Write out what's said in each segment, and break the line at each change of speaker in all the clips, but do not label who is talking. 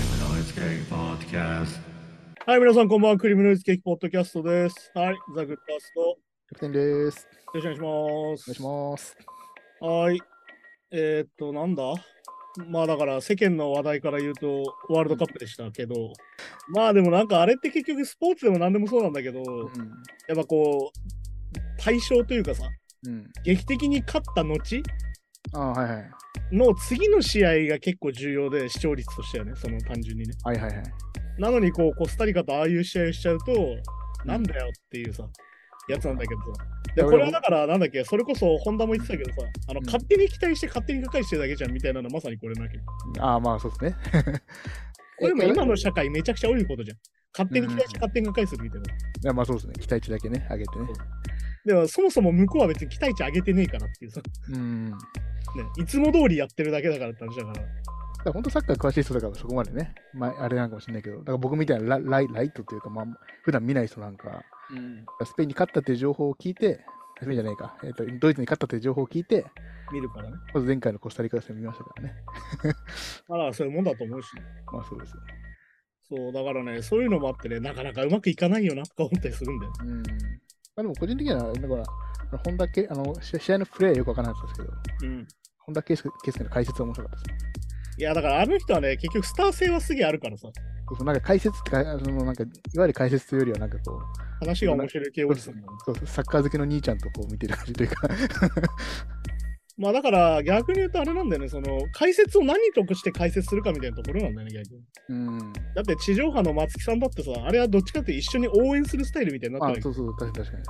Cake Podcast.
はい、皆さん、こんばんは。クリームノイズケーキポッドキャストです。はい、ザ・グッドアスト。よ
100点です。
ろしくお願いし
お願
ま
いし
す。
ます。
はい。えーっと、なんだまあだから、世間の話題から言うと、ワールドカップでしたけど、まあでもなんか、あれって結局スポーツでも何でもそうなんだけど、
うん。
やっぱこう、対象というかさ、
うん。
劇的に勝った後
ああ、はいはい。
の次の試合が結構重要で、視聴率としてはね、その単純にね。
はいはいはい。
なのにこうコスタリカとああいう試合をしちゃうと、なんだよっていうさ、やつなんだけどさ。で、
いや
これは
俺も
だから、なんだっけ、それこそ、本田も言ってたけどさ、あの、
うん
勝手に期待して勝手に理解してるだけじゃんみたいなの、まさにこれなわけ。こ
ああ、まあそうですね。
れも今
い
の社会めちゃくちゃ多いことじゃん。勝手に期待して勝手に理解するみたいな。
や、まあそうですね。期待値だけね、上げてね。
でも、そもそも向こうは別に期待値上げてねえからっていうさ、ね、
うん。だか
いつも通りやってるだけだからって話だから。
ら本当サッカー詳しい人だからそこまでね、まあ、あれなんかもしれないけど、だから僕みたいなラライライトというか、まあ、普段見ない人なんか、スペインに勝ったっていう情報を聞いて、スペインじゃないか、えっとドイツに勝ったっていう情報を聞いて、
見るからね。
まず前回のコスタリカ戦見ましたからね。
まあだからそういうもんだと思うし、ね。
まあそうです。
そう、だからね、そういうのもあってね、なかなかうまくいかないよなとか思ったりするんだよ。
うん。まあでも個人的には、だから、本田圭あの試合試合のプレーはよくわからなかったですけど、
うん。
本田圭佑圭佑の解説は面白かったです。
いやだからあの人はね結局スター性はすげえあるからさ
そうそうなんか解説ってか、あのなんかいわゆる解説というよりは、なんかこう
話が面白い系おじさんだから
そうそう、サッカー好きの兄ちゃんとこう見てる感じというか、
まあだから逆に言うとあれなんだよねその解説を何として解説するかみたいなところなんだよね逆に
うん、
だって地上波の松木さんだってさあれはどっちかっていうと一緒に応援するスタイルみたいになっ
あ
てる
そうそう、確かに確かに。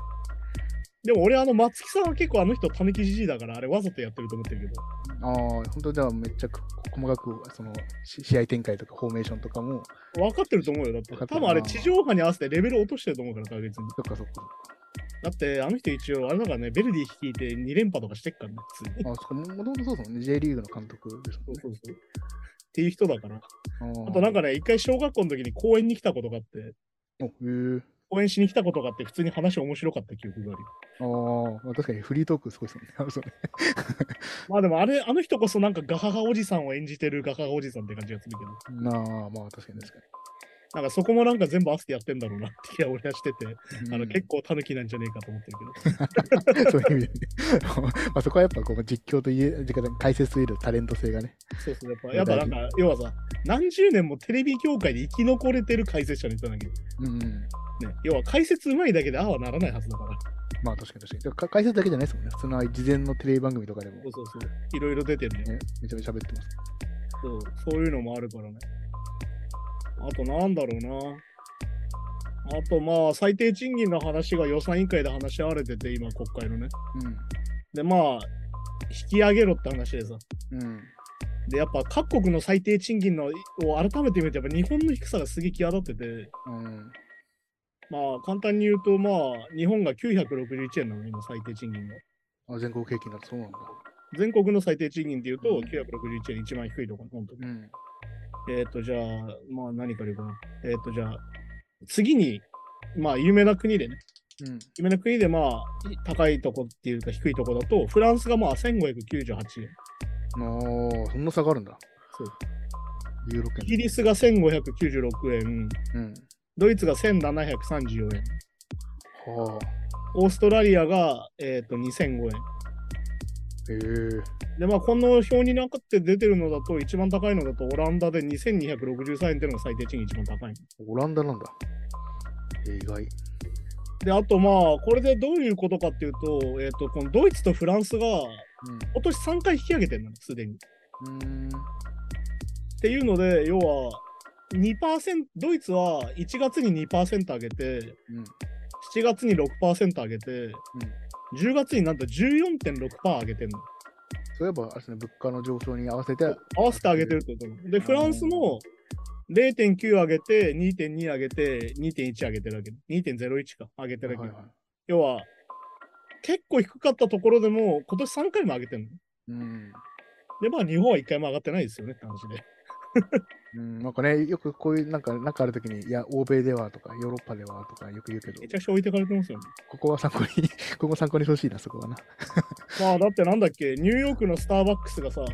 でも俺あの松木さんは結構あの人ためきじじいだからあれわざとやってると思ってるけど
ああ、本当じゃあめっちゃく細かくそのし試合展開とかフォーメーションとかも、
分かってると思うよだって
分かって
多
るな
分あれ地上波に合わせてレベル落としてると思うから確実に
そっかそっかそっか。
だってあの人一応あれだからねベルディ率いて2連覇とかしてっからね普通に
あそっか、もともとそうですもんね、J リーグの監督です
そう
も
んそうそう っていう人だから
ね。
あとなん
か、
かね、一回小学校の時に公園に来たことがあって、
おへえ
公園しに来たことがあって、普通に話面白かった記憶があるよ。
あーまあ、確かにフリートークすごいですもんねあの。そうね
まあでもあれ、あの人こそなんかガハハおじさんを演じてるガハハおじさんって感じがするけど、
なあ、まあ確かに確か
なんかそこもなんか全部合わせてやってんだろうなって気が俺はしてて、
に。
あ
う
の
ん
結構タヌキなんじゃねえかと思ってるけど。
そういう意味で、 ね。まあそこはやっぱこう実況といえ、解説といえるタレント性がね。
そうそう、やっぱ、やっぱなんか、要はさ、何十年もテレビ業界で生き残れてる解説者の人なんだけ
うん、うん。
ど、ね、要は解説うまいだけでああはならないはずだから、
まあ確かに確かに。でもか解説だけじゃないですもんね。普通の事前のテレビ番組とかでも、
そ
ね
う、そうそう、いろいろ出てるね。
めちゃめちゃ喋ってます。
そう、そういうのもあるからね。あとなんだろうな。あとまあ、最低賃金の話が予算委員会で話し合われてて、今国会のね。でまあ、引き上げろって話でさ。
うん。うん。
で、やっぱ各国の最低賃金のを改めて見ると、やっぱ日本の低さがすげえ際立ってて、
うん。
まあ、簡単に言うと、まあ、日本が961円なの、今、最低賃金が。
あ全国平均だとそうなんだ。
全国の最低賃金で言うと
うん、
961円、一番低いところ、本当に。
うん。
えっ、と、じゃあ、まあ何から言うかな。えっ、と、じゃあ、次に、まあ有名な国でね、
うん。
有名な国でまあい高いとこっていうか低いとこだと、フランスがまあ1598円、
ああ、そんな差があるんだ。
そう。
ユーロ圏
イギリスが1596円、
うん。
ドイツが1734円、
はあ。
オーストラリアが、えっと2005円。
へえ。
で、まあこの表になかって出てるのだと、一番高いのだとオランダで2263円っていうのが最低賃金一番高い。
オランダなんだ。えー意外。
で、あとまあ、これでどういうことかっていうと、えっ、と、このドイツとフランスが、今年3回引き上げてるのねすでに。っ
うん。うん。
ていうので、要は、2%ドイツは1月に2%上げて、
うん。
7月に6%上げて、10月になんと14.6%上げてるの。
そういえば、あれですね、物価の上昇に合わせて、
合わせて上げてるってことなの。で、フランスも0.9上げて、2.2上げて、2.1上げてるわけ。2.01か、上げてるわけ。
はいはい
要は、結構低かったところでも、今年3回も上げてるの。
うん。
で、まあ、日本は1回も上がってないですよねって話で。
うん、なんかね、よくこういうなんか、なんかあるときに、いや、欧米ではとか、ヨーロッパではとか、よく言うけど
め、ちゃくちゃ置いてかれてますよね。
ここは参考に、 ここ参考にしてほしいな、そこはな。
まあだってなんだっけ、ニューヨークのスターバックスがさ、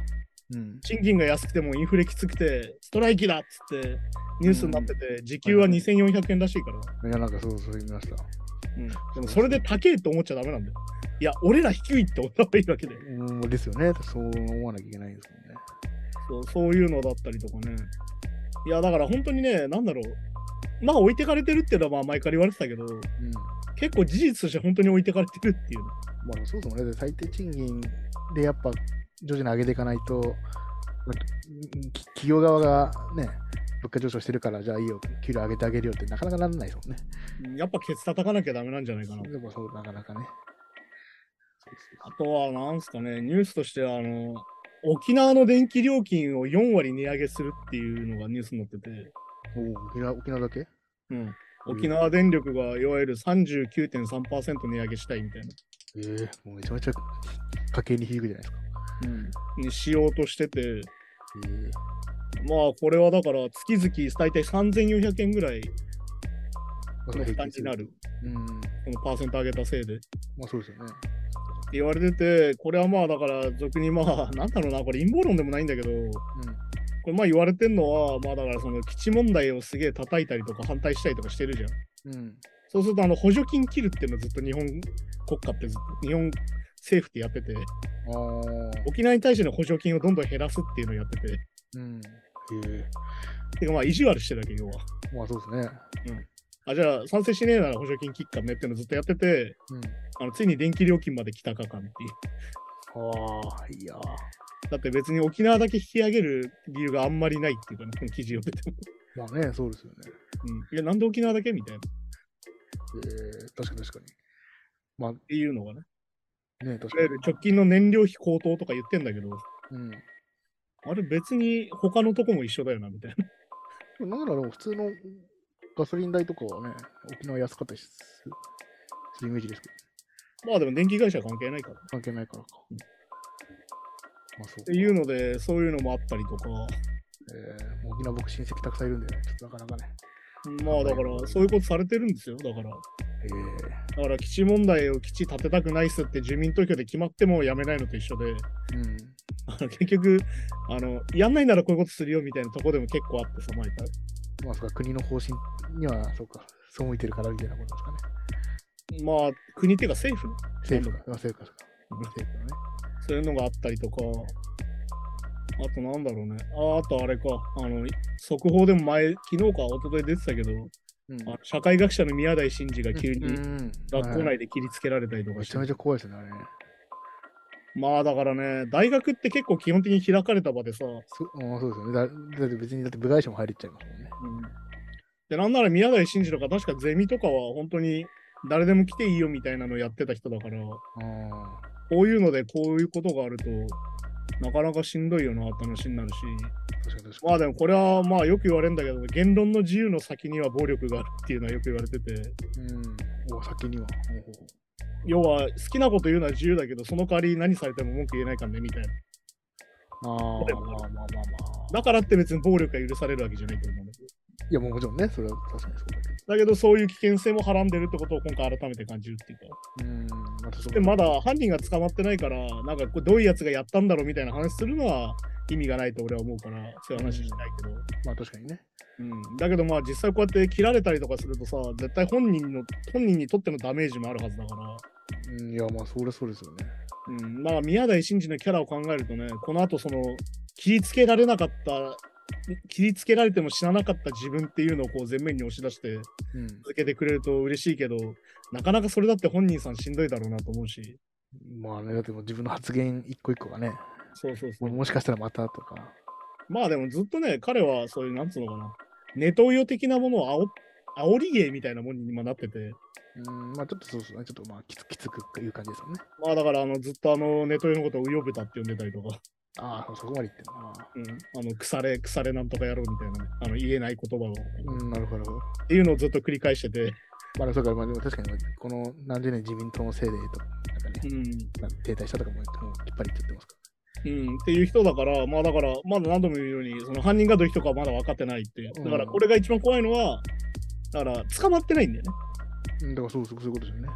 うん。
賃金が安くてもインフレきつくて、ストライキだっつってニュースになってて、時給は2400円らしいから。
いや、なんかそうそう言いました。
うん、でもそれで高えと思っちゃダメなんだよ。いや、俺ら低いって思った方がいいわけで。
うん、ですよね。そう思わなきゃいけないです
そ
もんね。
うそういうのだったりとかね。いや、だから本当にね、なんだろう。まあ置いてかれてるっていうのはまあ前から言われてたけど、
うん。
結構事実として本当に置いてかれてるっていう。
まあ、そもそもね、最低賃金でやっぱ徐々に上げていかないと、まあきき企業側がね、物価上昇してるから、じゃあいいよ、給料上げてあげるよってなかなかならないですもんね。
うんやっぱケツ叩かなきゃダメなんじゃないかな。
でもそう、なかなかね。
あとは、なんすかね、ニュースとしては、あの、沖縄の電気料金を4割値上げするっていうのがニュースになってて、
おう沖縄沖縄だけ
うん、沖縄電力がいわゆる39.3%値上げしたいみたいな、
ええもうめちゃめちゃ家計に響くじゃないですか。
にしようとしてて、
ええ
まあこれはだから月々大体3400円ぐらいの負担になる、
うん。
このパーセント上げたせいで。
まあそうですよね。
って言われてて、これはまあだから、俗にまあ、なんだろうな、これ陰謀論でもないんだけど、これまあ言われてんのは、まあだからその基地問題をすげえ叩いたりとか反対したりとかしてるじゃん。
うん。うん。
そうするとあの補助金切るっていうのはずっと日本国家ってずっと日本政府ってやってて、
ああ。
沖縄に対しての補助金をどんどん減らすっていうのをやってて、
うん。え
てかまあ意地悪してるわけ、要は。
えまあそうですね。
あ、じゃあ賛成しねえなら補助金切っかねっていうのをずっとやってて、
うん。
あのついに電気料金まで来たかかんっていう。
ああ、いやー。
だって別に沖縄だけ引き上げる理由があんまりないっていうかね、この記事を見ても。
まあね、そうですよね。
うん、いや、なんで沖縄だけみたいな。っ
ええ確かに確かに。まあ
ていうのがね。
ね、
い
確
わ
か
ゆ
に
る。直近の燃料費高騰とか言ってんだけど、
うん。で
あれ別に他のとこも一緒だよな、みたいな。
もなんならでも普通のガソリン代とかはね、沖縄安かったりすするイメージですけど、
まあでも電気会社は関係ないから。っ
関係ないからか。まあそう
て
か。
いうので、そういうのもあったりとか、
ええもう沖縄僕親戚たくさんいるんでね、ちょっとなかなかね。
まあだから、そういうことされてるんですよ、だから。だ
ええ
から基地問題を基地建てたくないっすって住民投票で決まってもやめないのと一緒で、
うん。
あの結局、あの、やんないならこういうことするよみたいなとこでも結構あってさ、毎回。
まあそうか、国の方針には、そうか、そう向いてるからみたいなことですかね。
まあ、国っていうか政府ね
政府が、まあ、政府が、政府がね。
そういうのがあったりとか、あとなんだろうね。ああとあれか、あの、速報でも前、昨日か一昨日出てたけど、
うん
あの社会学者の宮台真司が急
う
に
ん
学校
はい
内で切りつけられたりとか
め
し
ち
て
ゃ。めちゃ怖いですよね、あれね。
まあだからね、大学って結構基本的に開かれた場でさ、
そうんそうですよねだ。だって別にだって部外者も入れちゃいますもんね。
で、なんなら宮台真司とか確かゼミとかは本当に誰でも来ていいよみたいなのやってた人だから、
あ
こういうのでこういうことがあると、なかなかしんどいよなって話になるし、
あ、確かに確
ま
か
あでもこれはまあよく言われるんだけど、言論の自由の先には暴力があるっていうのはよく言われてて、
に。うん。お先には。ほうほうほう
要は好きなこと言うのは自由だけど、その代わり何されても文句言えないからねみたいな。そうだよ
あーまあ、まあまあまあまあ。
だからって別に暴力が許されるわけじゃないと思うんだけど。
いや、もうもちろんね、それは確かにそうだけ
だけどそういう危険性もはらんでるってことを今回改めて感じるっていうか。
ど。うん。まあ、そう
で、まだ犯人が捕まってないから、なんかこれどういうやつがやったんだろうみたいな話するのは意味がないと俺は思うから、そういう話しないけど。
まあ確かにね。
うん、だけどまあ実際こうやって切られたりとかするとさ、絶対本人の本人にとってのダメージもあるはずだから。
うん、いや、まあ、それはそうですよね。
うん、だから宮台真司のキャラを考えるとね、この後その切りつけられなかった、切りつけられても死ななかった自分っていうのをこう前面に押し出して
うん。
続けてくれると嬉しいけど、なかなかそれだって本人さんしんどいだろうなと思うし、
まあね、だってもう自分の発言一個一個がね、
そうそうそ
も
う。
もしかしたらまたとか。
まあでもずっとね、彼はそういう、なんつうのかな、ネトウヨ的なものを煽煽り芸みたいなものに今なってて、
うん、まあちょっとそうですね。ちょっとまあきつきつくいう感じですよね。
まあだからあのずっとあのネトウヨのことをウヨブタって呼んでたりとか、
ああ、そこまで言ってんな。
うん、あの腐れ、腐れなんとかやろうみたいなね、あの言えない言葉を、っ
うん、なるほど。
ていうのをずっと繰り返してて、
まあ、そうか、まあ、でも確かに、この何十年自民党のせいでと、なんかね、
うん、
なんか停滞したとかも、もうきっぱり言っちゃってますか
うん、っていう人だから、まあだから、まだ何度も言うように、その犯人がどういう人かはまだ分かってないっていう。だから、これが一番怖いのは、だから、捕まってないんだよね。
うんだからそうそうそういうことですよね。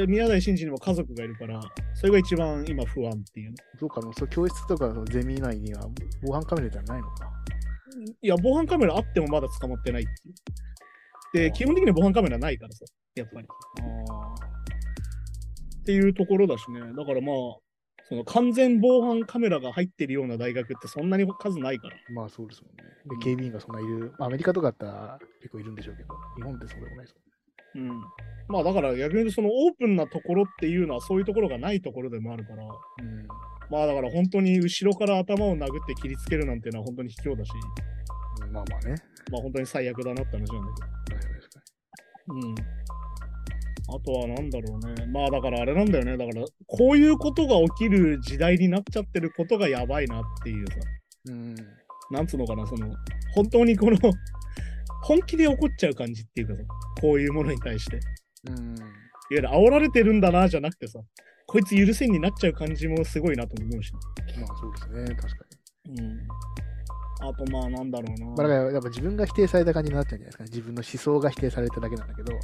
で、宮台真司にも家族がいるから、それが一番今不安っていうね。
そうか、あのそう教室とかのゼミ内には防犯カメラじゃないのか。
いや、防犯カメラあってもまだ捕まってないっていう。で、基本的には防犯カメラないからさ、やっぱり。っていうところだしね。だからまあ、その完全防犯カメラが入ってるような大学ってそんなに数ないから。
まあそうですもんね。
うん
で、警備員がそんないる、まあアメリカとかだったら結構いるんでしょうけど、日本ってそうでもないです
うん。まあだから逆に言うとそのオープンなところっていうのはそういうところがないところでもあるから、
もんね。
まあだから本当に後ろから頭を殴って切りつけるなんてのは本当に卑怯だし、
うん。まあまあね。
まあ本当に最悪だなって話なんだけど。
確かに確か
うん。あとはなんだろうね。まあだからあれなんだよね。だからこういうことが起きる時代になっちゃってることがやばいなっていうさ。
に。うん。
なんつうのかな、その、本当にこの、 本気で怒っちゃう感じっていうかさ、こういうものに対して。いわ
うん。
ゆる煽られてるんだな、じゃなくてさ、こいつ許せんになっちゃう感じもすごいなと思うし。
まあそうですね、確か
うん。あとまあなんだろうな。
に。まあだからやっぱ自分が否定された感じになっちゃうんじゃないですかね。自分の思想が否定されただけなんだけど。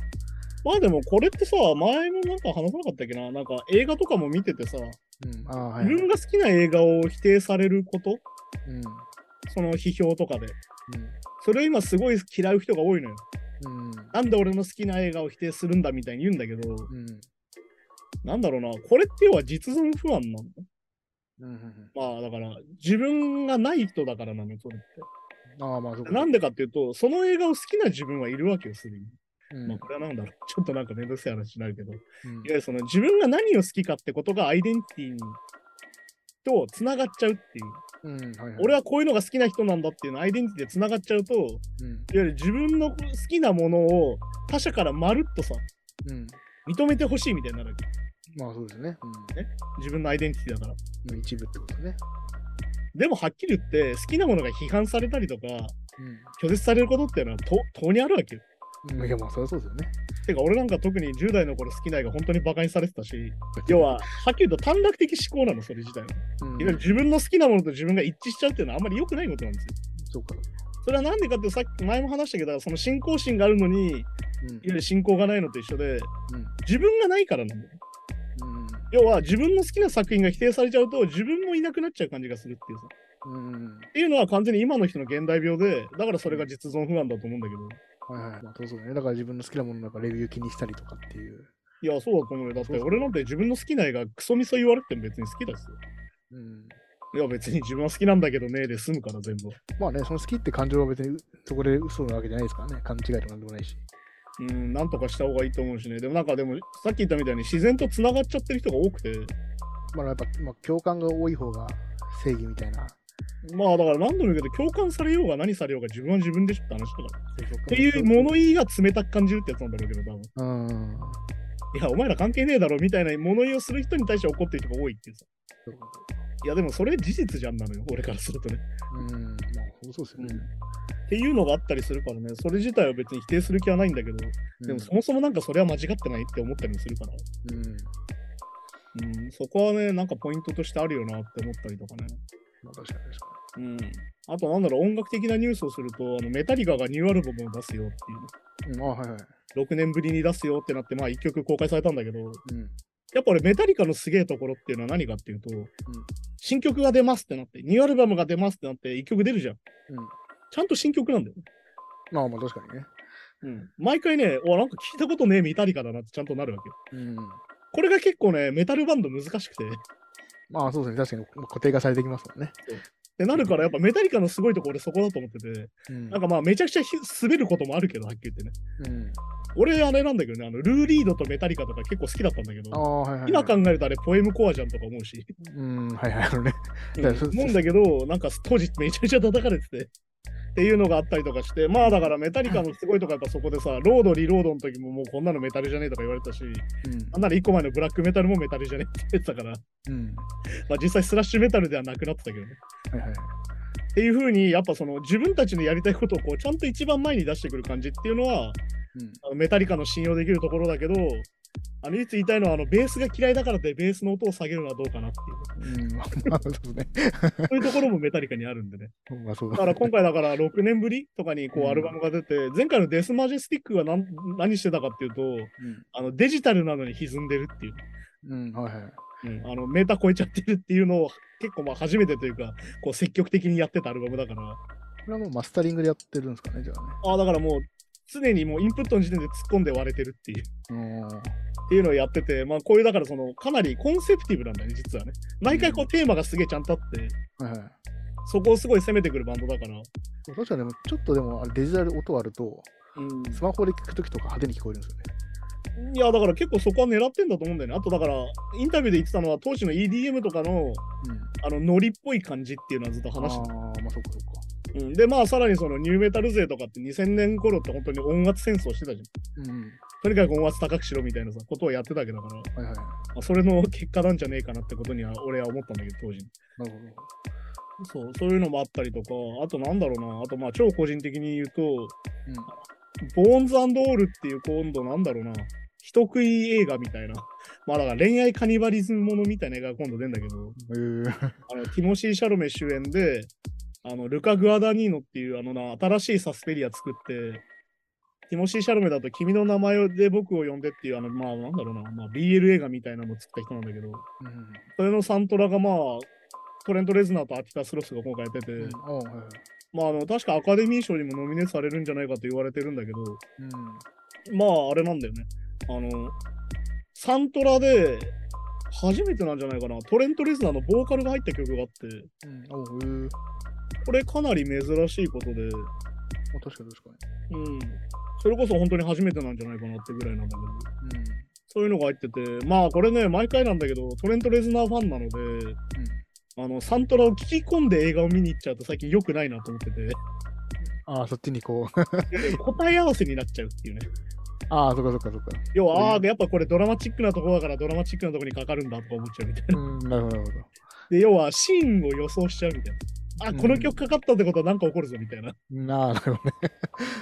まあでもこれってさ、前もなんか話さなかったっけな。なんか映画とかも見ててさ、
うん。ああ、はい。
自分が好きな映画を否定されること、
うん。うん。
その批評とかで。それを今すごい嫌う人が多いのよ。
うん。
なんで俺の好きな映画を否定するんだみたいに言うんだけど、
うん。
なんだろうな、これって要は実存不安なの
うんうん
まあだから、自分がない人だからなのよ、それっ
うん。ああ、まあそう
て。
か。
なんでかっていうと、その映画を好きな自分はいるわけよ、すでに。
うん
まあこれはなんだろう、ちょっとなんかめんどくさい話になるけど、いわ
うん
ゆるその自分が何を好きかってことがアイデンティティにとつながっちゃうっていう。
うん。はいはい。
俺はこういうのが好きな人なんだっていうのアイデンティティでつながっちゃうと、いわ
うん。
ゆる自分の好きなものを他者からまるっとさ、
うん。
認めてほしいみたいになるわけ。
まあそうですね。うん。
自分のアイデンティティだから。
の一部ってことね。
でもはっきり言って、好きなものが批判されたりとか、
う
拒絶されることっていうのはと当にあるわけよ。
ん。いや、まあ、そりゃそうですよね。
てか、俺なんか特に10代の頃好きな映画本当にバカにされてたし、要は、はっきり言うと短絡的思考なの、それ自体は。いわ
うん、
ゆる自分の好きなものと自分が一致しちゃうっていうのはあんまり良くないことなんですよ。
そうか。
それはなんでかってさっき前も話したけど、その信仰心があるのに、いわ
うん。
ゆる信仰がないのと一緒で、
うん
自分がないからなんだよ。要は自分の好きな作品が否定されちゃうと自分もいなくなっちゃう感じがするっていうさ。
うん。うん。
っていうのは完全に今の人の現代病で、だからそれが実存不安だと思うんだけど。
はいはい。まあ、そうそうね。だから自分の好きなものなんかレビュー気にしたりとかっていう。
いや、そうだと思うよ。だって俺なんて自分の好きな映画、クソみそ言われても別に好きだし。
うん。
いや、別に自分は好きなんだけどね、で済むから全部。
まあね、その好きって感情は別にそこで嘘なわけじゃないですからね。勘違いとかなんでもないし。
うん、なんとかした方がいいと思うしね。でもなんかでも、さっき言ったみたいに自然と繋がっちゃってる人が多くて。
まあ、やっぱ、まあ、共感が多い方が正義みたいな。
まあだから何度も言うけど、共感されようが何されようが自分は自分でしょって話だから。
っ
っていう物言いが冷たく感じるってやつなんだろうけど、多分。
うん。
いや、お前ら関係ねえだろみたいな物言いをする人に対して怒ってる人が多いっていうさ。
そうか
いや、でもそれ事実じゃんなのよ、俺からするとね。
うん。まあ、そうですよね。
っていうのがあったりするからね、それ自体は別に否定する気はないんだけど、でもそ
の、
もそもなんかそれは間違ってないって思ったりもするから、
うん。
うん、そこはね、なんかポイントとしてあるよなって思ったりとかね。
まあ、確かに確か
うん、あと、なんだろう、音楽的なニュースをすると、あのメタリカがニューアルバムを出すよっていう
に。うん。あ、はいはい。
ね、6年ぶりに出すよってなって、まあ1曲公開されたんだけど、
うん。
やっぱ俺、メタリカのすげえところっていうのは何かっていうと、新曲が出ますってなって、ニューアルバムが出ますってなって、1曲出るじゃん。
うん
ちゃんと新曲なんだよね。
まあまあ、確かにね。
うん、毎回ね、おなんか聞いたことねえメタリカだなってちゃんとなるわけよ。
うん。
これが結構ね、メタルバンド難しくて。
まあ、そうですね。確かに固定化されてきますもんね。
でなるから、やっぱメタリカのすごいとこ俺そこだと思ってて、
うん
なんかまあめちゃくちゃひ滑ることもあるけど、はっきり言ってね。
うん。
俺あれなんだけどね、あのルーリードとメタリカとか結構好きだったんだけ
あ
ど、
あ、はいはいはい。
今考えるとあれポエムコアじゃんとか思うし、
うん、はいはい、あのね。
う
だ
ん
からそ
思うんだけど、なんか当時めちゃめちゃ叩かれてて。っていうのがあったりとかして、まあだからメタリカのすごいとかやっぱそこでさ、ロードリロードの時ももうこんなのメタルじゃねえとか言われたし、
うん
なんなら1個前のブラックメタルもメタルじゃねえって言ってたから、
うん。
まあ実際スラッシュメタルではなくなってたけどね。
はいはい。
っていうふうに、やっぱその自分たちのやりたいことをこうちゃんと一番前に出してくる感じっていうのは、
うん。
あのメタリカの信用できるところだけど、あの唯一言いたいのはあのベースが嫌いだからってベースの音を下げるのはどうかなっていう。
うん、まあ、まあそうですね。
そういうところもメタリカにあるんでね。
まあ、そう
だ
だ。
から今回だから6年ぶりとかにこ
う
うんアルバムが出て、前回のデスマジェスティックが何何してたかっていうと、あのデジタルなのに歪んでるっていう、
うん、うん、はいはい。
あのメーター超えちゃってるっていうのを結構まあ初めてというか、こう積極的にやってたアルバムだから、
これはもうマスタリングでやってるんですかね、じゃあ
ああ、だからもう常にもうインプットの時点で突っ込んで割れてるっていう。
ね。
っていうのをやってて、まあ、こういうだからそのかなりコンセプティブなんだよね、実はね。毎回こうテーマがすげえちゃんとあって、
うん。はいはい。
そこをすごい攻めてくるバンドだから。
確かにでも、ちょっとでも、あれデジタル音あると、
うん
スマホで聞くときとか派手に聞こえるんですよね。
いや、だから結構そこは狙ってんだと思うんだよね。あとだから、インタビューで言ってたのは、当時の EDM とかのあのノリっぽい感じっていうのはずっと
うん。ああ
話して
ー、まあ、そっかそっか。
た、うんで、まあ、さらにそのニューメタル勢とかって2000年頃って本当に音圧戦争してたじゃん。
うん。
とにかく音圧高くしろみたいなさことをやってたわけだから、ま
はいはい。
あ、それの結果なんじゃねえかなってことには俺は思ったんだけど、当時。
なる
そう、そういうのもあったりとか、あとなんだろうな、あとまあ超個人的に言うと、ボ
ほ
ーンズオールっていう今度なんだろうな、人食い映画みたいな、まあだから恋愛カニバリズムものみたいな映画が今度出るんだけど、
ど。うん。へ
あのティモシー・シャロメ主演で、あのルカ・グアダニーノっていうあのな新しいサスペリア作って、ティモシー・シャロメだと君の名前で僕を呼んでっていう、あのまあなんだろうな、まあ、BL 映画みたいなのを作った人なんだけど、それのサントラがまあ、トレント・レズナーとアキタ・スロスが今回やってて、
え。うん。ああ、はいはい。
まあ、あの確かアカデミー賞にもノミネートされるんじゃないかと言われてるんだけど、
うん。
まあ、あれなんだよね。あの、サントラで、初めてなんじゃないかな、トレント・レズナーのボーカルが入った曲があって、
うん。おう、へえ。
これかなり珍しいことで、う
まあ、確かに確か
ん、それこそ本当に初めてなんじゃないかなってぐらいなんだけど、
に。うん。
そういうのが入ってて、まあ、これね、毎回なんだけど、トレント・レズナーファンなので、
うん。
あのサントラを聴き込んで映画を見に行っちゃうと最近良くないなと思って て、
ああ、そっちにこう。
答え合わせになっちゃうっていうね。
ああ、そっかそっかそっか。
要
うん
は、ああ、やっぱこれドラマチックなとこだからドラマチックなとこにかかるんだとか思っちゃうみたいな。
うん、なるほど、なるほど。
で、要はシーンを予想しちゃうみたいな。あ、
うん
この曲かかったってことはなんか起こるぞみたいな。
なあ、なるほどね。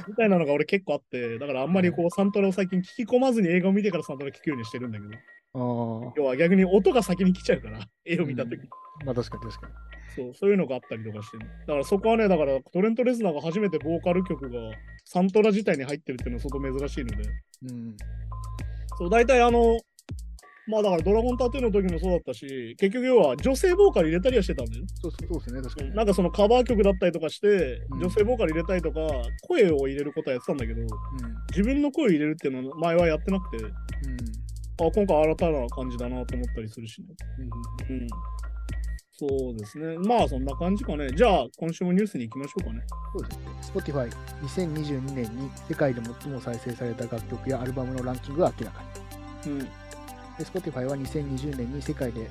みたいなのが俺結構あって、だからあんまりこうサントラを最近聞き込まずに映画を見てからサントラ聞くようにしてるんだけど、
あ
要は逆に音が先に来ちゃうから、絵を見たとき、
あ、まあ確かに確かに。
そう、そういうのがあったりとかしてね、だからそこはね、だからトレント・レズナーが初めてボーカル曲がサントラ自体に入ってるっていうのは相当珍しいので、
うん。
そう、大体あの、まあだからドラゴンタトゥーの時もそうだったし、結局要は女性ボーカル入れたりはしてたんだよね。
そうそうそうですね、確かに。
なんかそのカバー曲だったりとかして、
うん
女性ボーカル入れたりとか、声を入れることはやってたんだけど、自分の声を入れるっていうのは前はやってなくて、
うん。
あ今回新たな感じだなと思ったりするしね。
うん。
うん。そうですね。まあそんな感じかね。じゃあ今週もニュースに行きましょうかね。
そうですね。Spotify、2022年に世界で最も再生された楽曲やアルバムのランキングが明らかに。
うん。
で Spotify は2020年に世界で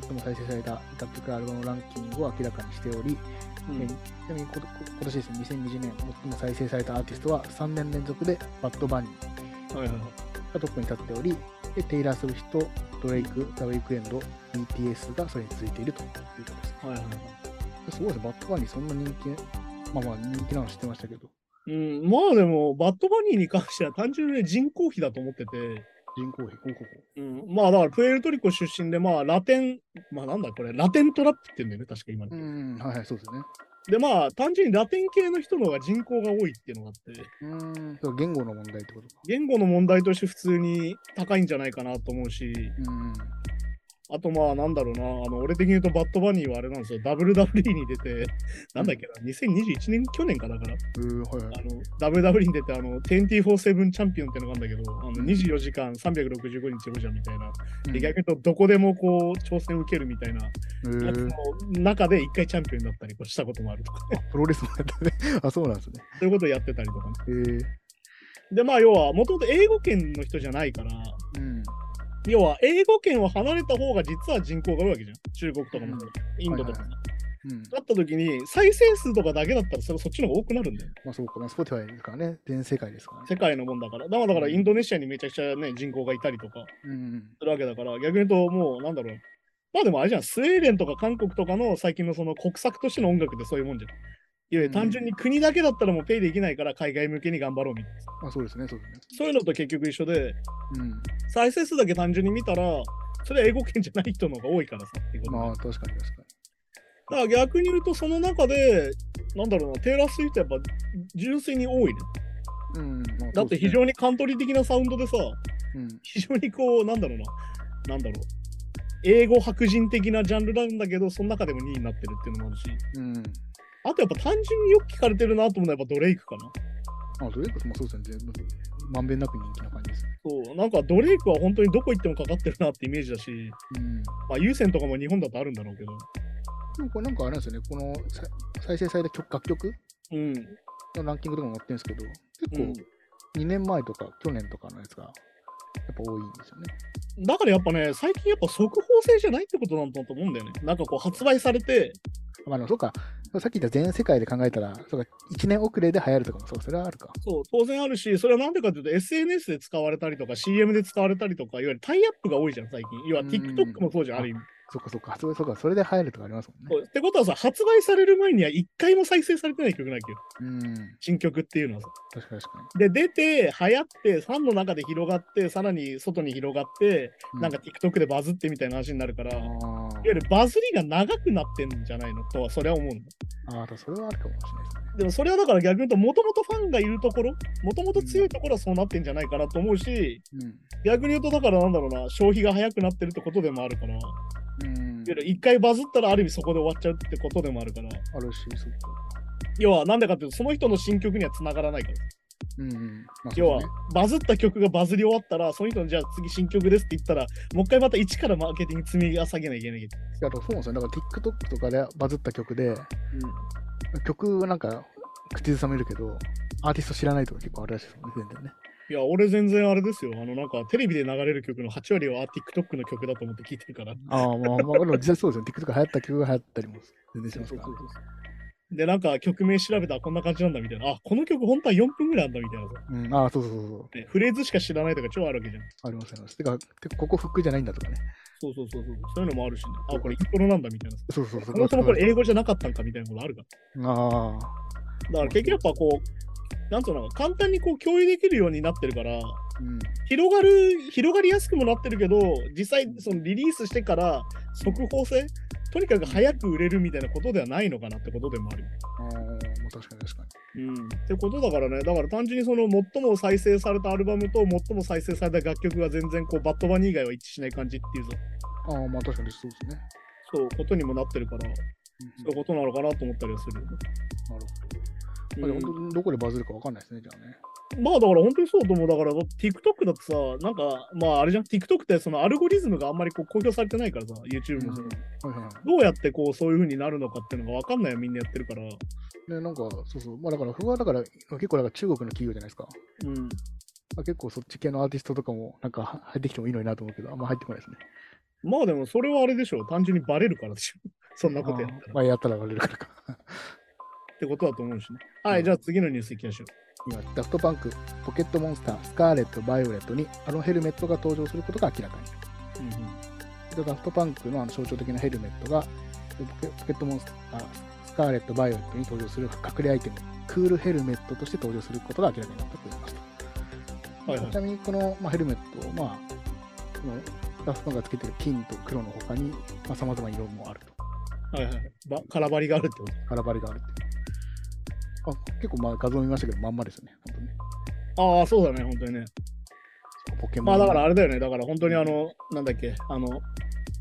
最も再生された楽曲やアルバムのランキングを明らかにしており、えーちなみにこと今年ですね、2020年最も再生されたアーティストは3年連続でバッドバニー
はいはいはい。
がトップに立っており、でテイラー・スウィフト、ドレイク、ザ・ウィークエンド、BTS がそれに続いているということです。
はいはいはい
すごいですね、バッドバニーそんな人気、まあまあ人気なの知ってましたけど、
うん、まあでも、バッドバニーに関しては単純に人口比だと思ってて、
人口比、ほうほう
うん、まあだからプエルトリコ出身で、まあラテン、まあなんだこれ、ラテントラップって言うんだよね、確か今の
ほう。うん、はいはい、そうですね。
でまあ単純にラテン系の人の方が人口が多いっていうのがあって、
うん。そう言語の問題ってことか。
言語の問題として普通に高いんじゃないかなと思うし、
うん。
あとまあなんだろうな、あの俺的に言うとバッドバニーはあれなんですよ、WWE に出て、なんだっけな、2021年、去年かだから、
うん、はいはい。
あの WWE に出て、あの24-7チャンピオンってのがあるんだけど、あの
うん
24時間365日王者みたいな、
うん
で逆に言うとどこでもこう挑戦受けるみたいな、
うん
やつの中で一回チャンピオンになったりこうしたこともあるとか、
プロレスもやってね。 あ、そうなんですね。
そういうことをやってたりとかね。
へえ
で、まあ、要は、もともと英語圏の人じゃないから、
うん。
要は、英語圏を離れた方が実は人口が多いわけじゃん。中国とかも、
うん
インドとかも。
はいうん。
だった時に、再生数とかだけだったら、それそっちの方が多くなるんだよ。
まあそうか、まあ Spotify ですからね。全世界ですからね。
世界のもんだから。だから、だからインドネシアにめちゃくちゃね、人口がいたりとか
うん。
するわけだから、逆に言うと、もう、なんだろう。まあでもあれじゃん、スウェーデンとか韓国とかの最近のその国策としての音楽ってそういうもんじゃん。いわゆる
うん
単純に国だけだったらもうペイできないから海外向けに頑張ろうみたいな。
あ、そうですね、そうです
そういうのと結局一緒で、
ね。
再生数だけ単純に見たら、それは英語圏じゃない人の方が多いからさっていう
う
こ
ん。
と
ま
ね
あ、確かに確か
だから逆に言うと、その中で、なんだろうな、テイラー・スウィフトやっぱ純粋に多いね。
に。うん。まあ
だって非。
そう
常にカントリー的なサウンドでさ、
ですねうん。
非常にこう、なんだろうな、なんだろう、英語白人的なジャンルなんだけど、その中でも2位になってるっていうのもあるし、
うん。
あとやっぱ単純によく聞かれてるなと思うのはやっぱドレイクかな。
あ、ドレイクもそうですね、全部。まんべんなく人気な感じです。
そう、なんかドレイクは本当にどこ行ってもかかってるなってイメージだし、
うん。
まあ、優先とかも日本だとあるんだろうけど。
でもこれなんかあれなんですよね、このさ再生された曲楽曲
うん。
のランキングとかも載ってるんですけど、
う
結構2年前とか去年とかのやつがやっぱ多いんですよね。
ん、だからやっぱね、最近やっぱ速報性じゃないってことなんだと思うんだよね。なんかこう発売されて、
まあでもそうか、さっき言った全世界で考えたら、そうか、1年遅れで流行るとかもそう、それはあるか。
そう、当然あるし、それはなんでかというと SNS で使われたりとか CM で使われたりとか、いわゆるタイアップが多いじゃん、最近。要は
うん
TikTok もそうじゃん、ある意味。
そうかそうか、そうそうか、それで流行るとかありますもん
そ
ね。
うってことはさ、発売される前には1回も再生されてない曲なわけよ。
うん、
新曲っていうのはさ。
確かに確か
で、
に。
出て、流行って、ファンの中で広がって、さらに外に広がって、
う
なんか、TikTok でバズってみたいな話になるから、
あ
いわ
ー
ゆるバズりが長くなってんじゃないのとは、それは思うんだ。
あー、だからそれはあるかもしれないですね。
でもそれはだから逆に言うと、もともとファンがいるところ、もともと強いところはそうなってんじゃないかなと思うし、逆に言うと、だからなんだろうな、消費が早くなってるってことでもあるから、いわ
うん。うん、
ゆる一回バズったらある意味そこで終わっちゃうってことでもあるから、
あるし、そうか。
要はなんでかっていうと、その人の新曲には繋がらないから。
うん、うん。まあ
要は、バズった曲がバズり終わったら、その人にじゃあ次新曲ですって言ったら、もう一回また一からマーケティング積み上げなきゃいけない。
いやだからそうなんですよ。だから TikTok とかでバズった曲で、曲はなんか口ずさめるけど、アーティスト知らないとか結構あるらしいですよね、全然ね。
いや、俺全然あれですよ。あの、なんかテレビで流れる曲の8割は TikTok の曲だと思って聴いてるから。
ああ、まあまあ、でも実際そうですよね。TikTok 流行った曲が流行ったりも全然しますから。
で、なんか曲名調べたらこんな感じなんだみたいな。あ、この曲本当は4分ぐらいあんだみたいなさ。
うん、ああ、そうそうそうそう。
ねフレーズしか知らないとか超あるわけじゃん。
ありますあります。てか、てかここ服じゃないんだとかね。
そうそうそうそう。そういうのもあるしね。あ、これイントロなんだみたいなさ。
そうそうそう。
そもそもこれ英語じゃなかったんかみたいなことあるから。
ああ。
だから結局やっぱこう、なんつうのかな簡単にこう共有できるようになってるから、
うん。
広がる、広がりやすくもなってるけど、実際そのリリースしてから速報性、とにかく早く売れるみたいなことではないのかなってことでもある。
ああ、もう確かに確か
うん、ってことだからね、だから単純にその最も再生されたアルバムと最も再生された楽曲が全然こうバッドバニー以外は一致しない感じっていうぞ
に。ああ、まあ確かにそうですね。
そうことにもなってるから、
うん
そういうことなのかなと思ったりはするよね。
なる
う
ほど。まあ、
ん
本当にどこでバズるかわかんないですね、じゃあね。
まあだから本当にそうと思う。だから TikTok だってさ、なんかまああれじゃん、TikTok ってそのアルゴリズムがあんまりこう公表されてないからさ、YouTube もそう、
はいはいはい。
どうやってこうそういう風になるのかっていうのが分かんないよ、みんなやってるから。う
ね、なんか、そうそう。まあだから、僕はだから、結構だから中国の企業じゃないですか。
ん。
まあ、結構そっち系のアーティストとかも、なんかは入ってきてもいいのになと思うけど、あんま入ってこないですね。
まあでもそれはあれでしょ。単純にバレるからでしょ。 そんなことやった
あー
ら。
まあやったら割れるからか。
ってことだと思うしね。は
う
い、
ん
じゃあ次のニュースいきましょう。
今、ダフトパンク、ポケットモンスター、スカーレット、バイオレットにあのヘルメットが登場することが明らかに。でダフトパンクのあの象徴的なヘルメットがポケポケットモンスタースカーレット・バイオレットに登場する隠れアイテムクールヘルメットとして登場することが明らかになったと言いました、
はいはい
ち。なみにこの、まあ、ヘルメットを、まあ、このダフトパンクがつけてる金と黒の他にさまざ、まな色もあると
はいはい。ば空張りがあるってこと。
空張りがあるっていうあ結構まあ画像見ましたけどまんまですよね本当ね
ああ、そうだね、本当にね。
ポケ
ま
モン
あ
の
だからあれだよね、だから本当にあの、なんだっけ、あの、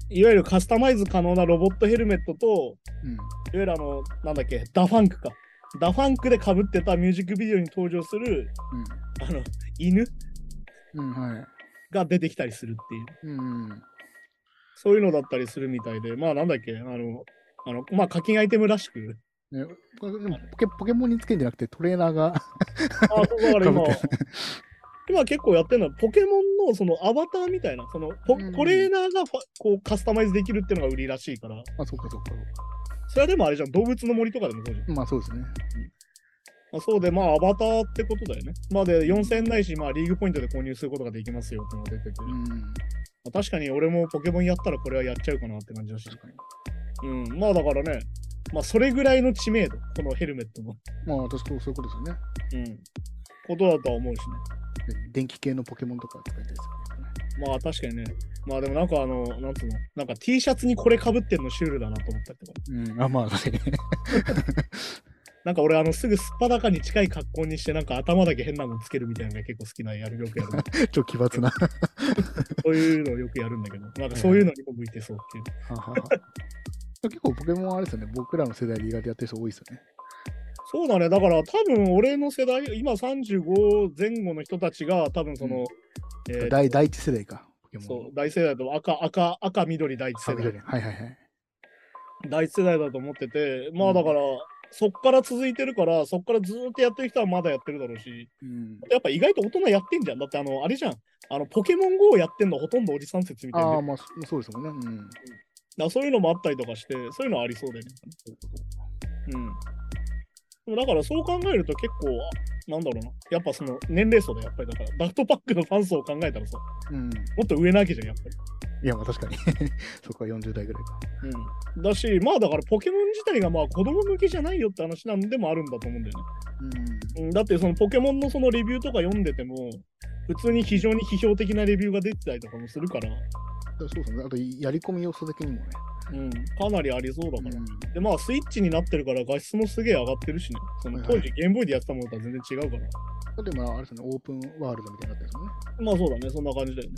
いわゆるカスタマイズ可能なロボットヘルメットと、
うん
いわゆるあの、なんだっけ、ダファンクか。ダファンクで被ってたミュージックビデオに登場する、あの、犬
うんうんはい
が出てきたりするっていう、
うん
そういうのだったりするみたいで、まあなんだっけ、あの、あのまあ課金アイテムらしく。
ね、これでもポケポケモンにつけるんじゃなくてトレーナー
あ
が
あ、そうだから今
被って、
今結構やってるのは、ポケモンのそのアバターみたいな、そのポ
うん
トレーナーがファこうカスタマイズできるっていうのが売りらしいから、
あそうかそうか
それはでもあれじゃん、動物の森とかでもそうじゃん。
まあそうですね
まあ、そうで、まあ、アバターってことだよね。まあ、で、4000円ないし、まあ、リーグポイントで購入することができますよってのが出てて、
う
ま
ん
あ、確かに俺もポケモンやったらこれはやっちゃうかなって感じだし。
確かに
うん、まあ、だからね、まあ、それぐらいの知名度、このヘルメットの、
まあ、確かにそういうことですよね。
うん、ことだとは思うしね。
で電気系のポケモンとか使いたいですよね。
まあ確かにね。まあでもなんかあの、なんつうの、なんか T シャツにこれかぶってんのシュールだなと思ったりとか。
うん、あ、まあ、 確かに。
なんか俺あの、すぐすっぱだかに近い格好にして、なんか頭だけ変なのつけるみたいなのが結構好きなやるよ くやる。
超奇抜 な。は
そういうのをよくやるんだけど、なんかそういうのにも向いてそうっていう。
はは結構ポケモンあれですよね、僕らの世代で意外とやってる人多いですよね。
そうだね、だから多分俺の世代、今35前後の人たちが多分その、えー
第第一世代か、ポケモン。
そう、大世代だと赤、赤、赤、緑、第一世
あ
代
緑。はいはいはい。
第一世代だと思ってて、ま
う
あ
ん
だから、そっから続いてるから、そっからずーっとやってる人はまだやってるだろうし、
うん、
やっぱ意外と大人やってんじゃん。だってあの、あれじゃん。あの、ポケモン GO やってんのほとんどおじさん説みたいな。
ああ、
だか
まあ、そそうですもんね。うん。
らそういうのもあったりとかして、そういうのはありそうでね。うん。でもだからそう考えると結構、あなんだろうな。やっぱその年齢層でやっぱりだから、ダフトパックのファン層を考えたらさ、も
うん、
っと上なわけじゃん、やっぱり。
いや、まあ確かに。 そこは40代ぐらいか。
うん、だし、まあだからポケモン自体がまあ子供向けじゃないよって話なんでもあるんだと思うんだよね。
うん。
うんだってそのポケモンのそのレビューとか読んでても、普通に非常に批評的なレビューが出てたりとかもするから、
そうですね。あと、やり込み要素的にもね。
うん、かなりありそうだ
う
から。
ん、
で、まあスイッチになってるから画質もすげえ上がってるしね。その
はいは
当
い
時ゲームボーイでやってたものとは全然違うから。
でも、あれですね、オープンワールドみたいになってるんですもんね。
まあそうだね、そんな感じだよね。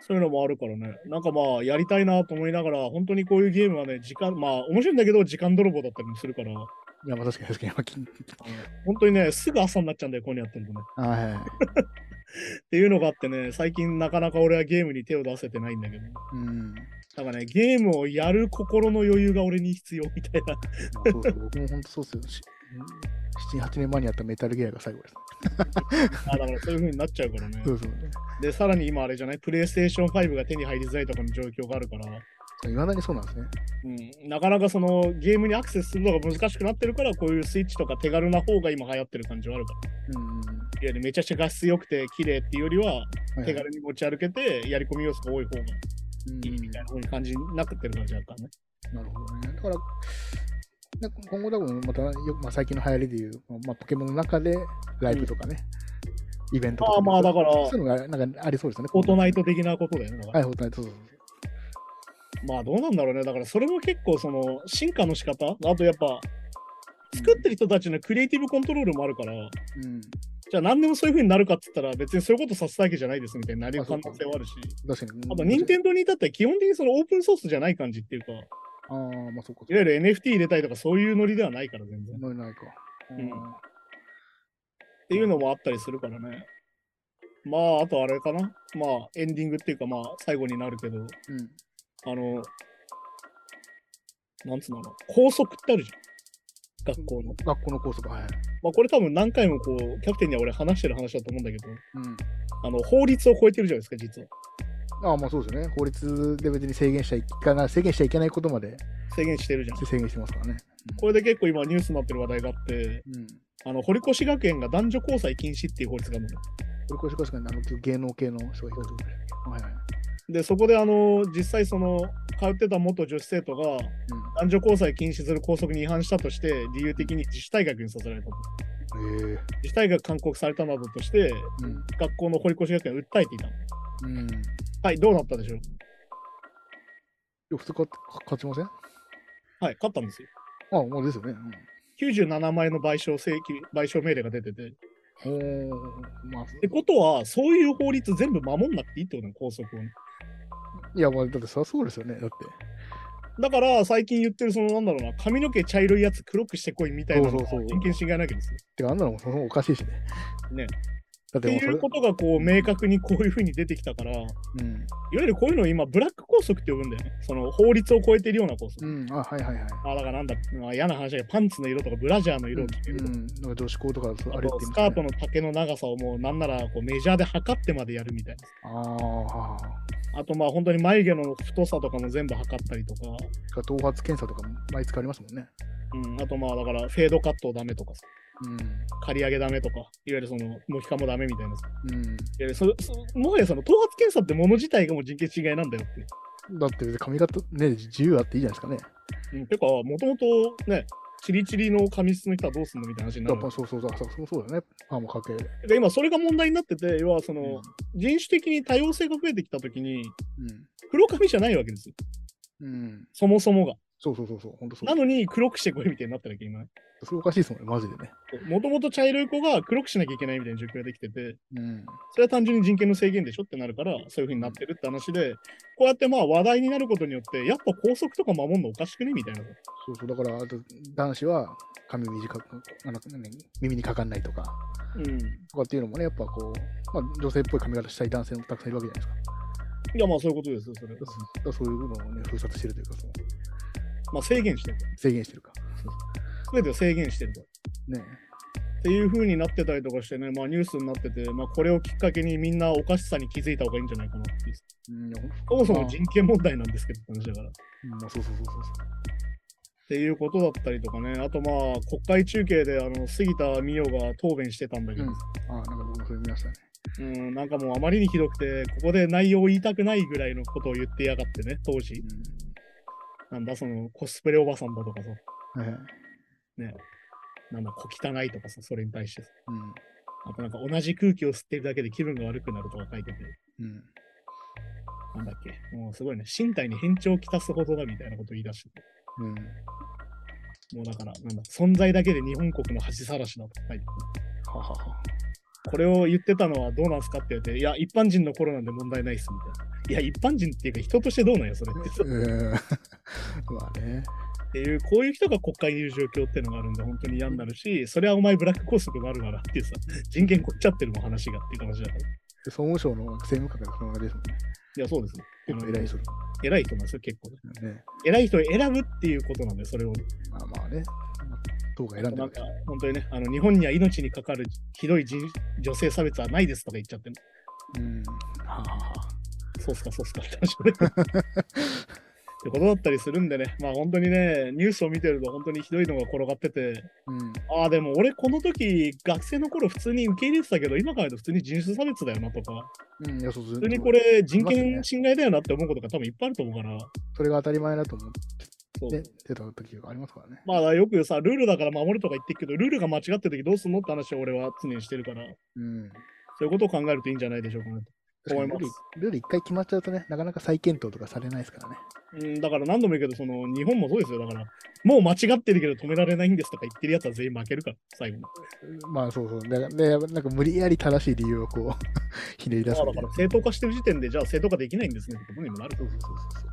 そういうのもあるからね。なんかまあやりたいなと思いながら、本当にこういうゲームはね、時間、まあ面白いんだけど時間泥棒だったりもするから、
いや、まあ確かに確かにまあきん。
本当にね、すぐ朝になっちゃうんだよ、こういうのやってるとね。
あ はいはい。
っていうのがあってね、最近なかなか俺はゲームに手を出せてないんだけど。
うん。
だからね、ゲームをやる心の余裕が俺に必要みたいな。
まあそうそう、僕も本当そうですよ。し7、8年前にやったメタルギアが最後ですね。
あだからそういう風になっちゃうからね
そ。うそう。
で、さらに今あれじゃない、プレイステーション5が手に入りづらいとかの状況があるから、
いまだにそうなんですね。
うん、なかなかそのゲームにアクセスするのが難しくなってるから、こういうスイッチとか手軽な方が今流行ってる感じはあるから。
うん。
いや、でめちゃくちゃ画質良くて綺麗っていうよりは、
はい
手軽に持ち歩けて、やり込み要素が多い方が
うん
いいみたいな風に感じになってってるから、若干ね。
なるほどね。だから、なんか今後多分またよ、まあ、最近の流行りでいう、まあ、ポケモンの中でライブとかね、イベントとか、
まあまあだから
そういうのがなんかありそうですよね。
フォートナイト的なことだよね。だから
はい、フォートナイト、そうそう
まあどうなんだろうね。だからそれも結構その進化の仕方あとやっぱ作ってる人たちのクリエイティブコントロールもあるから、
そう。うん。
じゃあ何でもそういう風になるかって言ったら別にそういうことさせたわけじゃないですみたいになる
あそ
可
う
能性はあるし。
確かに。
あと、任天堂に至っては基本的にそのオープンソースじゃない感じっていうか、い
ああ、まあそうか。
わゆる NFT 入れたりとかそういうノリではないから全然。っ
ないないか。
んていうのもあったりするからね。まあ、あとあれかな。まあ、エンディングっていうかまあ、最後になるけど、
うん。
あの、なんつうのかな、校則ってあるじゃん。学校の。
学校の校則、はい。
まあ、これ多分何回もこう、キャプテンには俺話してる話だと思うんだけど、
うん。
あの、法律を超えてるじゃないですか、実は。
ああ、まあそうですよね。法律で別に制限しちゃいかな制限しちゃいけないことまで
制限してるじゃん。
制限してますからね。
これで結構今ニュースになってる話題があって、
うん。
あの、堀越学園が男女交際禁止っていう法律があるのよ
これ、これ、確かに、あの、芸能系の人がいると思うはいはい。
で、そこであの、実際その、通ってた元女子生徒が男女交際禁止する校則に違反したとして、理由的に自主退学にさせられたと。
うん。え
自主退学勧告されたなどとして、
えうん。
学校の堀越学園を訴えていたの。
うん。
はい、どうなったでしょう
普通か勝ちませんあ
はい、勝ったんですよ。
あ、もうですよね。
97万円の賠償請求、賠償命令が出てて。
うん。おお。まあ、
ってことは、そういう法律全部守んなくていいってことなの、校則をね。
いや、まあ、だってさ、そうですよね。だって。
だから、最近言ってる、その、なんだろうな、髪の毛茶色いやつ黒くしてこいみたいなの
そう
は
そうそう
人権侵害なわけですよ。
てか、あんなのもそのおかしいしね。
ね。
だ
っ
っ
てて
もう
いうことが、こう、明確にこういうふうに出てきたから、いわ
うん。
ゆるこういうのを今、ブラック校則って呼ぶんだよね。その、法律を超えてるような校則。
うん。あ、はいはいはい。
あ、だからなんだ、まあ嫌な話だけど、パンツの色とかブラジャーの色を決める
う
とか。
ん。なんか女子校とか、そうあ
あ
れっ
と
て
スカートの丈の長さをもうなんならこうメジャーで測ってまでやるみたい
ああ、
な。あとまあ本当に眉毛の太さとかも全部測ったりとか、
頭髪検査とか毎月ありますもんね。
うん、あとまあだからフェードカットダメとかさ、
う
刈り上げダメとか、いわゆるそのモヒカンもダメみたいなさ。
ん。
いやそそもはやその頭髪検査ってもの自体がもう人権侵害なんだよって。
うん。だって別に髪型ね、自由あっていいじゃないですかね。
うん、てか、もともとね、チリチリの紙質の人はどうすんのみたいな話にな
やっ
る
ぱ。そうそうそうそうそうだね。パーマかけ。う
で今、それが問題になってて、要はその、
うん
人種的に多様性が増えてきたときに、
ん。
黒髪じゃないわけですよ。
うん。
そもそもが。
そうそうそうそう。本当そう
な。のに黒くしてこいみたいになってるわけ、今ね。
それおかしいですもんね、マジでね。
もともと茶色い子が黒くしなきゃいけないみたいな状況ができてて、
うん。
それは単純に人権の制限でしょってなるから、そういうふうになってるって話で、こうやってまあ話題になることによって、やっぱ校則とか守るのおかしくねみたいな。
そうそう。だから、あと男子は髪短く、あの、何耳にかかんないとか、
うん。
とかっていうのもね、やっぱこう、まあ、女性っぽい髪型したい男性もたくさんいるわけじゃないですか。
いやまあそういうことですよ、それ
だ。からそういうのをね、封殺してるというか、その
まあ制限してる。
制限してるか。
全てを制限してると。
ね
っていう風になってたりとかしてね、まあニュースになってて、まあこれをきっかけにみんなおかしさに気づいた方がいいんじゃないかなっていう。
うん、いやほんと
そもそも人権問題なんですけどって話だから。っ
うんまあ、そうそうそうそうそう。
ていうことだったりとかね、あとまあ国会中継であの杉田水脈が答弁してたんだけど、
うんああ、なんか僕もそれ見ましたね。
うん、なんかもうあまりにひどくて、ここで内容を言いたくないぐらいのことを言ってやがってね、当時。なんだ、そのコスプレおばさんだとかさ、
うん。はいはい。
なんだ、小汚いとかさ、それに対してさ。
うん。
あとなんか同じ空気を吸ってるだけで気分が悪くなるとか書いてて、
うん。
なんだっけ、もうすごいね、身体に変調をきたすほどだみたいなこと言い出してて、
うん。
もうだから、なんだ、存在だけで日本国の恥さらしだとか書いてて、
ははは。
これを言ってたのはどうなんすかって言って、いや、一般人の頃なんで問題ないっすみたいな。いや、一般人っていうか人としてどうなんよ、それって。
うん。 まあね。
っていう、こういう人が国会にいる状況っていうのがあるんで、本当に嫌になるし、それはお前ブラック拘束があるからっていうさ、人権こっちゃってるもん話がっていう話だから。い
総務省の政務官がそのままですもんね。
や、そうですね。
結構偉い人だ
偉い人なんですよ、結構ね。
もんね。
偉い人を選ぶっていうことなんで、それを。
まあまあね。党が選んでる
な
わ
ん
け
か、本当にね、あの日本には命にかかるひどい人女性差別はないですとか言っちゃって、
うん。ははは。
そうっすか、そうっすかって 話をねってことだったりするんでね、まあ本当にね、ニュースを見てると本当にひどいのが転がってて、
うん。
ああ、でも俺この時学生の頃普通に受け入れてたけど、今からだと普通に人種差別だよなとか、
うん、いや、そうそう
普通にこれ人権侵害だよなって思うことが多分いっぱいあると思うから、
それが当たり前だと思っ
そう
て出た時がありますからね。
まあよくさ、ルールだから守るとか言ってるけど、ルールが間違ってる時どうすんのって話を俺は常にしてるから、
うん。
そういうことを考えるといいんじゃないでしょうかねと思います。
ルールルール一回決まっちゃうとね、なかなか再検討とかされないですからね。
うん、だから何度も言うけど、その日本もそうですよ。だから、もう間違ってるけど止められないんですとか言ってるやつは全員負けるから、最後に。
まあそうそう。で、でなんか無理やり正しい理由をこう、 ひねり出
だ
す
か
みたい
ら
な。
正当化してる時点で、じゃあ正当化できないんですねってことにもなる
そうそうそうそう。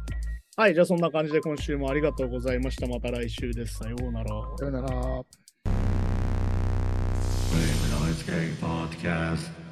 はい、じゃあそんな感じで今週もありがとうございました。また来週です。さようなら。
さよなら。
Flame and Ice Game Podcast.